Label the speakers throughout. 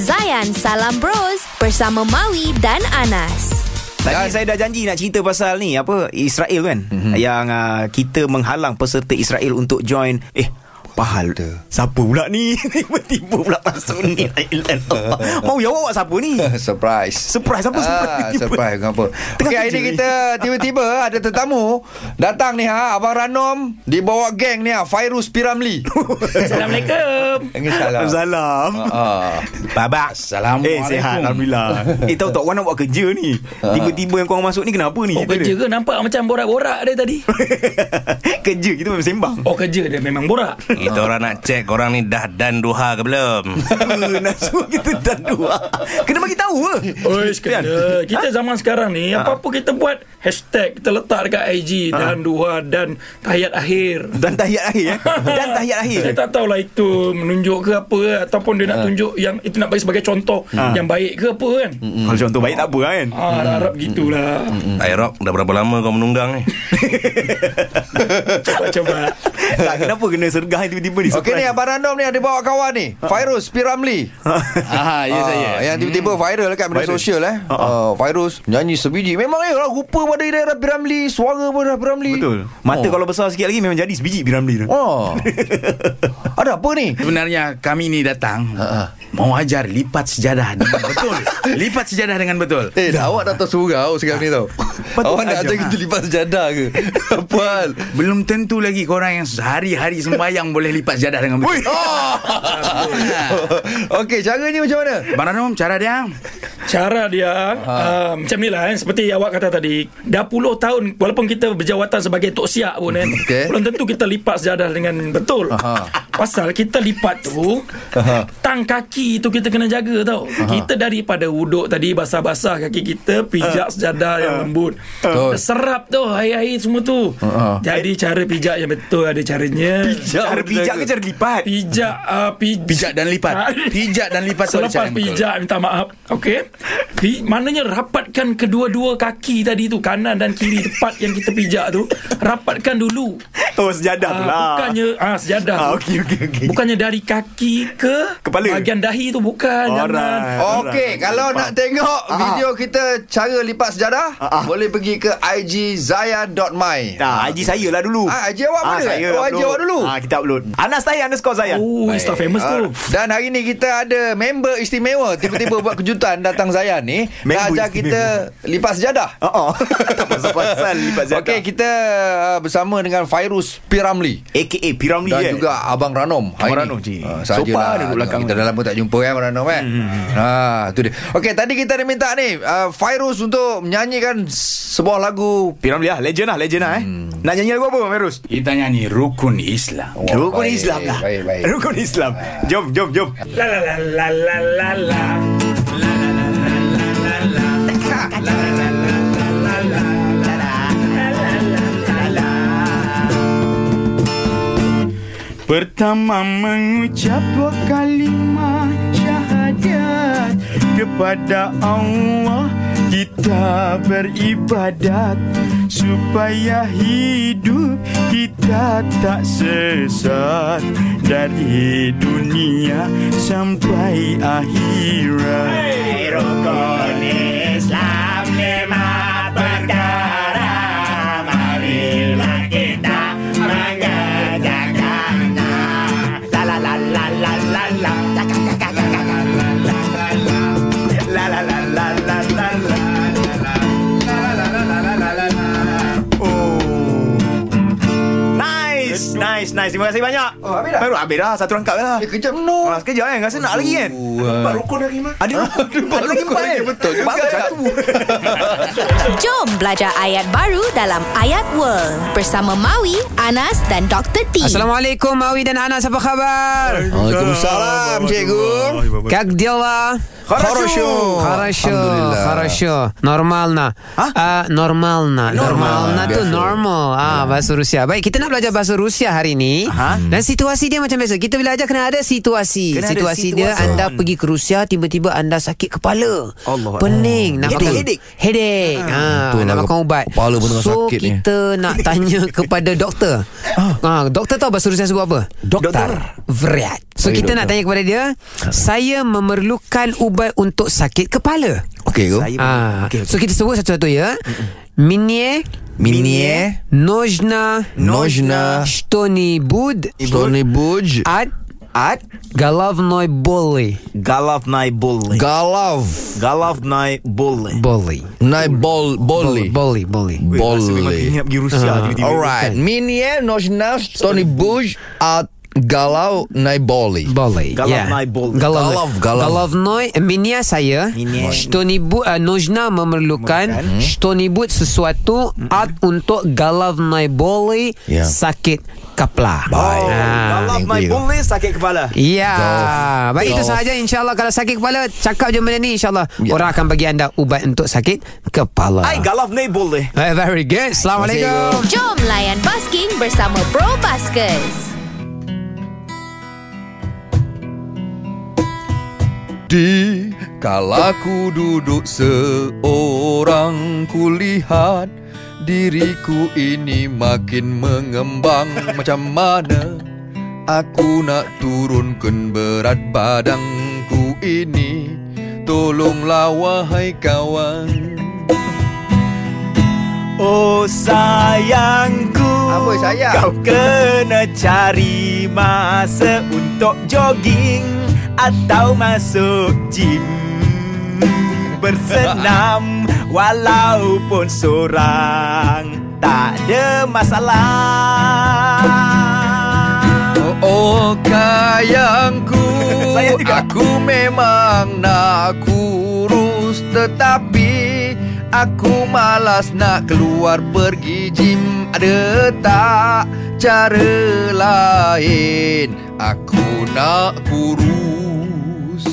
Speaker 1: Zayan Salam Bros bersama Maui dan Anas.
Speaker 2: Tadi saya dah janji nak cerita pasal ni apa Israel kan
Speaker 3: Mhm.
Speaker 2: mm-hmm. yang uh, kita menghalang peserta Israel untuk join eh Pahal Siapa pula ni Tiba-tiba pula masuk ni Thailand Allah. Mau ya awak siapa ni
Speaker 3: Surprise
Speaker 2: Surprise apa surprise
Speaker 3: Ah, surprise kenapa
Speaker 2: Tengah
Speaker 3: Okey hari
Speaker 2: kerja
Speaker 3: ni
Speaker 2: ni.
Speaker 3: kita Tiba-tiba ah, ada tetamu Datang ni ha Abang Ranom Dibawa geng ni ha Fairuz Piramli
Speaker 4: Assalamualaikum.
Speaker 3: Salam
Speaker 2: Salam
Speaker 3: Ah.
Speaker 2: Babak
Speaker 3: Assalamualaikum. Ah.
Speaker 2: Eh sihat Alhamdulillah Eh tahu tak Orang nak buat kerja ni Tiba-tiba yang korang masuk ni Kenapa ni
Speaker 4: Oh
Speaker 2: Cerita
Speaker 4: kerja
Speaker 2: dia.
Speaker 4: ke nampak macam borak-borak dia tadi?
Speaker 2: Kerja kita memang sembang
Speaker 4: Oh kerja dia memang borak.
Speaker 5: Kita orang nak check Korang ni dah dan duha ke belum
Speaker 2: Eh, Nak suruh kita dah dua Kena bagi tahu ke
Speaker 4: Oish kena Kita
Speaker 2: Ha?
Speaker 4: zaman sekarang ni Apa-apa kita buat Hashtag Kita letak dekat IG
Speaker 2: Ha.
Speaker 4: Dan duha Dan tahiyat akhir
Speaker 2: Dan tahiyat akhir eh? Dan tahiyat akhir Ha.
Speaker 4: Saya tak tahulah itu Menunjuk ke apa ke, Ataupun dia nak tunjuk Yang itu nak bagi sebagai contoh Yang baik ke apa kan
Speaker 2: Kalau contoh baik tak apa kan
Speaker 4: Ah, harap-harap gitulah
Speaker 5: Hey Rock Dah berapa lama kau menunggang ni
Speaker 4: Coba-coba
Speaker 2: Tak kenapa kena sergah tiba-tiba ni
Speaker 3: Okey ni Abang Random ni ada bawa kawan ni
Speaker 2: Ah.
Speaker 3: Fairuz Piramli
Speaker 5: Ah,
Speaker 3: Ah, Yang tiba-tiba viral kat
Speaker 2: hmm. Viral.
Speaker 3: media
Speaker 2: Ah,
Speaker 3: sosial eh uh, Fairuz nyanyi sebiji Memang eh orang rupa pada Hidayah Piramli Suara pada Piramli
Speaker 2: Betul Mata oh. kalau besar sikit lagi Memang jadi sebiji Piramli tu oh.
Speaker 3: Oh. Ada apa ni?
Speaker 6: Sebenarnya kami ni datang uh mau ajar lipat sejadah dengan betul. lipat sejadah dengan betul.
Speaker 3: Eh, dah awak dah tersurau sekarang ni tau.
Speaker 2: Patut lah.
Speaker 3: awak nak
Speaker 2: ajar.
Speaker 3: ajar kita lipat sejadah ke? apa hal?
Speaker 6: Belum tentu lagi korang yang sehari-hari sembahyang boleh lipat sejadah dengan betul. Oh.
Speaker 3: Okey, caranya macam mana?
Speaker 6: Abang Ranum, cara dia
Speaker 4: Cara dia
Speaker 3: Ha.
Speaker 4: uh, Macam ni lah kan Seperti awak kata tadi Dah puluh tahun Walaupun kita berjawatan sebagai Tok Siak pun kan
Speaker 3: Okey.
Speaker 4: Belum tentu kita lipat sejadah dengan betul
Speaker 3: Aha.
Speaker 4: Pasal kita lipat tu Tang kaki tu kita kena jaga tau Kita daripada wuduk tadi Basah-basah kaki kita Pijak sejadah yang lembut
Speaker 3: Betul.
Speaker 4: Serap tu Air-air semua tu
Speaker 3: Aha.
Speaker 4: Jadi cara pijak yang betul Ada caranya
Speaker 2: Cara pijak ke cara lipat
Speaker 4: Pijak uh, pij- Ah.
Speaker 6: pijak dan lipat. Pijak dan lipat tu ada cara
Speaker 4: Selepas
Speaker 6: yang betul.
Speaker 4: pijak minta maaf Okey Pi, Maknanya rapatkan kedua-dua kaki tadi tu Kanan dan kiri tempat yang kita pijak tu Rapatkan dulu
Speaker 2: Oh sejadah
Speaker 4: Ah,
Speaker 2: pula
Speaker 4: Bukannya ah, Sejadah
Speaker 2: ah,
Speaker 4: tu.
Speaker 2: Okey okey okey
Speaker 4: Bukannya dari kaki ke
Speaker 2: Kepala.
Speaker 4: Bahagian dahi tu bukan Jangan
Speaker 2: Alright,
Speaker 3: Okey,
Speaker 2: alright.
Speaker 3: kalau nak tengok video kita cara lipat sejadah,
Speaker 2: Ah, ah.
Speaker 3: boleh pergi ke IG zaya.my.
Speaker 2: Dah, IG saya lah dulu.
Speaker 3: Ah, IG awak mana?
Speaker 2: saya
Speaker 3: Oh, IG
Speaker 2: upload.
Speaker 3: awak dulu.
Speaker 2: Ah, kita upload. Anas saya underscore saya.
Speaker 4: Oh Insta famous tu
Speaker 3: Dan hari ni kita ada member istimewa Tiba-tiba buat kejutan datang Zayan ni Nak
Speaker 2: Member
Speaker 3: ajar kita lipat sejadah
Speaker 2: Oh, oh. tak pasal-pasal lipat zakat.
Speaker 3: Okey, kita uh, bersama dengan Fairuz Piramli
Speaker 2: AKA Piramli
Speaker 3: dan
Speaker 2: eh.
Speaker 3: juga Abang Ranom
Speaker 2: Abang
Speaker 3: hari ni.
Speaker 2: Ranom, cik.
Speaker 3: Ah,
Speaker 2: Sopan
Speaker 3: sajalah.
Speaker 2: duduk belakang Hmm,
Speaker 3: Kita
Speaker 2: ni.
Speaker 3: dah lama tak jumpa kan Abang Ranom eh ah, tu dia Okey tadi kita ada minta ni uh, Fairuz untuk menyanyikan sebuah lagu
Speaker 2: Piramli lah, legend lah, legend lah eh. Nak nyanyi lagu apa, Merus?
Speaker 6: Kita nyanyi rukun Islam.
Speaker 3: Hmm. Wah,
Speaker 2: Rukun
Speaker 3: baik,
Speaker 2: Islam lah.
Speaker 3: baik, baik.
Speaker 2: Rukun Islam. Jom, jom, jom.
Speaker 4: La la la la la la la
Speaker 6: Pertama mengucap dua kalimat syahadat Kepada Allah kita beribadat Supaya hidup kita tak sesat Dari dunia sampai akhirat Rukun Islam lima perkara Marilah kita mengerjakannya La la la la la la la La la la la la la la La la la la la la la
Speaker 2: Nice, nice, nice. Terima kasih banyak.
Speaker 3: Oh, habis dah?
Speaker 2: Baru habis dah. Satu rangkap dah.
Speaker 3: Eh, kejap no
Speaker 2: Ah, sekejap kan Rasa nak lagi kan Empat rukun lagi mah Ada Ada lagi
Speaker 3: rukun
Speaker 2: empat
Speaker 3: lagi,
Speaker 2: kan?
Speaker 3: betul juga.
Speaker 2: Baru satu
Speaker 1: Jom belajar ayat baru dalam Ayat World bersama Maui, Anas dan Dr. T.
Speaker 7: Assalamualaikum Mawi dan Anas apa khabar?
Speaker 3: Waalaikumsalam cikgu
Speaker 7: Как дела?
Speaker 2: Хорошо.
Speaker 7: Хорошо,
Speaker 3: Alhamdulillah. Ha?
Speaker 7: хорошо. Нормально. А? Нормально. Нормально
Speaker 3: Biasa.
Speaker 7: tu
Speaker 3: Ya.
Speaker 7: normal. Ah, bahasa Rusia. Baik, kita nak belajar bahasa Rusia hari ni.
Speaker 2: Aha.
Speaker 7: Dan situasi dia macam biasa. Kita belajar kena ada situasi.
Speaker 2: Kena ada
Speaker 7: situasi dia
Speaker 2: situasi.
Speaker 7: anda pergi ke Rusia tiba-tiba anda sakit kepala.
Speaker 2: Allah.
Speaker 7: Pening, nak
Speaker 2: Headache,
Speaker 7: makan
Speaker 2: headache.
Speaker 7: Headache. Ha,
Speaker 3: Betul
Speaker 7: nak
Speaker 3: lah,
Speaker 7: makan ubat.
Speaker 3: kepala pun tengah
Speaker 7: so
Speaker 3: sakit ni.
Speaker 7: kita nak tanya kepada doktor.
Speaker 3: Ah.
Speaker 7: Ha, doktor tahu bahasa Rusia sebut apa?
Speaker 2: Doktor.
Speaker 7: Vriat. So
Speaker 3: Okey, doktor. Ha.
Speaker 7: kita nak tanya kepada dia, saya memerlukan ubat untuk sakit kepala.
Speaker 3: Okey go.
Speaker 2: Saya-
Speaker 7: Ah,
Speaker 2: Okey, okey.
Speaker 7: okay, So kita sebut satu-satu ya. Minye
Speaker 3: Minie
Speaker 7: Nojna
Speaker 3: Nojna
Speaker 7: Shtoni Bud
Speaker 3: Stony Buj
Speaker 7: At
Speaker 2: At
Speaker 7: Головной боли
Speaker 2: Головной боли.
Speaker 3: Galav
Speaker 2: Головной боли.
Speaker 7: Боли
Speaker 3: Nai Bol Boli
Speaker 7: Боли Боли
Speaker 2: Weh, rasa memang
Speaker 3: Boli
Speaker 2: Ingat pergi Rusia
Speaker 3: Uh-huh.
Speaker 2: tiba-tiba.
Speaker 3: Alright eh, Minie Nojna Stony Buj At Galau Nai Boli
Speaker 7: Боли
Speaker 2: Головной боли.
Speaker 7: Голов,
Speaker 3: Голов- голов.
Speaker 7: Головной Меня saya
Speaker 2: Меня.
Speaker 7: Что-нибудь а, Нужно memerlukan Что-нибудь sesuatu At untuk головной боли
Speaker 3: Ya.
Speaker 7: Sakit kepala
Speaker 2: Oh,
Speaker 7: Ah.
Speaker 2: Головной
Speaker 3: Thank you.
Speaker 2: боли sakit kepala.
Speaker 7: Ya Baik itu
Speaker 3: Golf.
Speaker 7: sahaja insyaAllah Kalau sakit kepala Cakap je benda ni insyaAllah
Speaker 3: Ya.
Speaker 7: Orang akan bagi anda Ubat untuk sakit kepala
Speaker 2: Ai головной боли.
Speaker 7: Eh, Very good Assalamualaikum
Speaker 1: Jom layan basking bersama Pro Baskers.
Speaker 3: Di kala ku duduk seorang ku lihat diriku ini makin mengembang macam mana aku nak turunkan berat badanku ini tolonglah wahai kawan
Speaker 2: Oh sayangku
Speaker 3: Apa, sayang?
Speaker 2: Kau kena cari masa untuk jogging Atau masuk gym Bersenam walaupun seorang Tak ada masalah
Speaker 3: Oh, oh kayangku
Speaker 2: Saya juga.
Speaker 3: Aku memang nak kurus Tetapi Aku malas nak keluar pergi gym Ada tak cara lain Aku nak kurus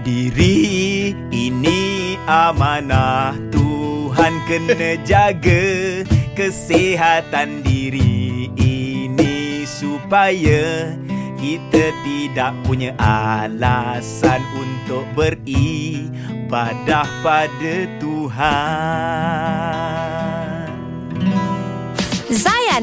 Speaker 2: Diri ini amanah Tuhan kena jaga kesihatan diri ini Supaya kita tidak punya alasan untuk beribadah pada Tuhan
Speaker 1: Zayan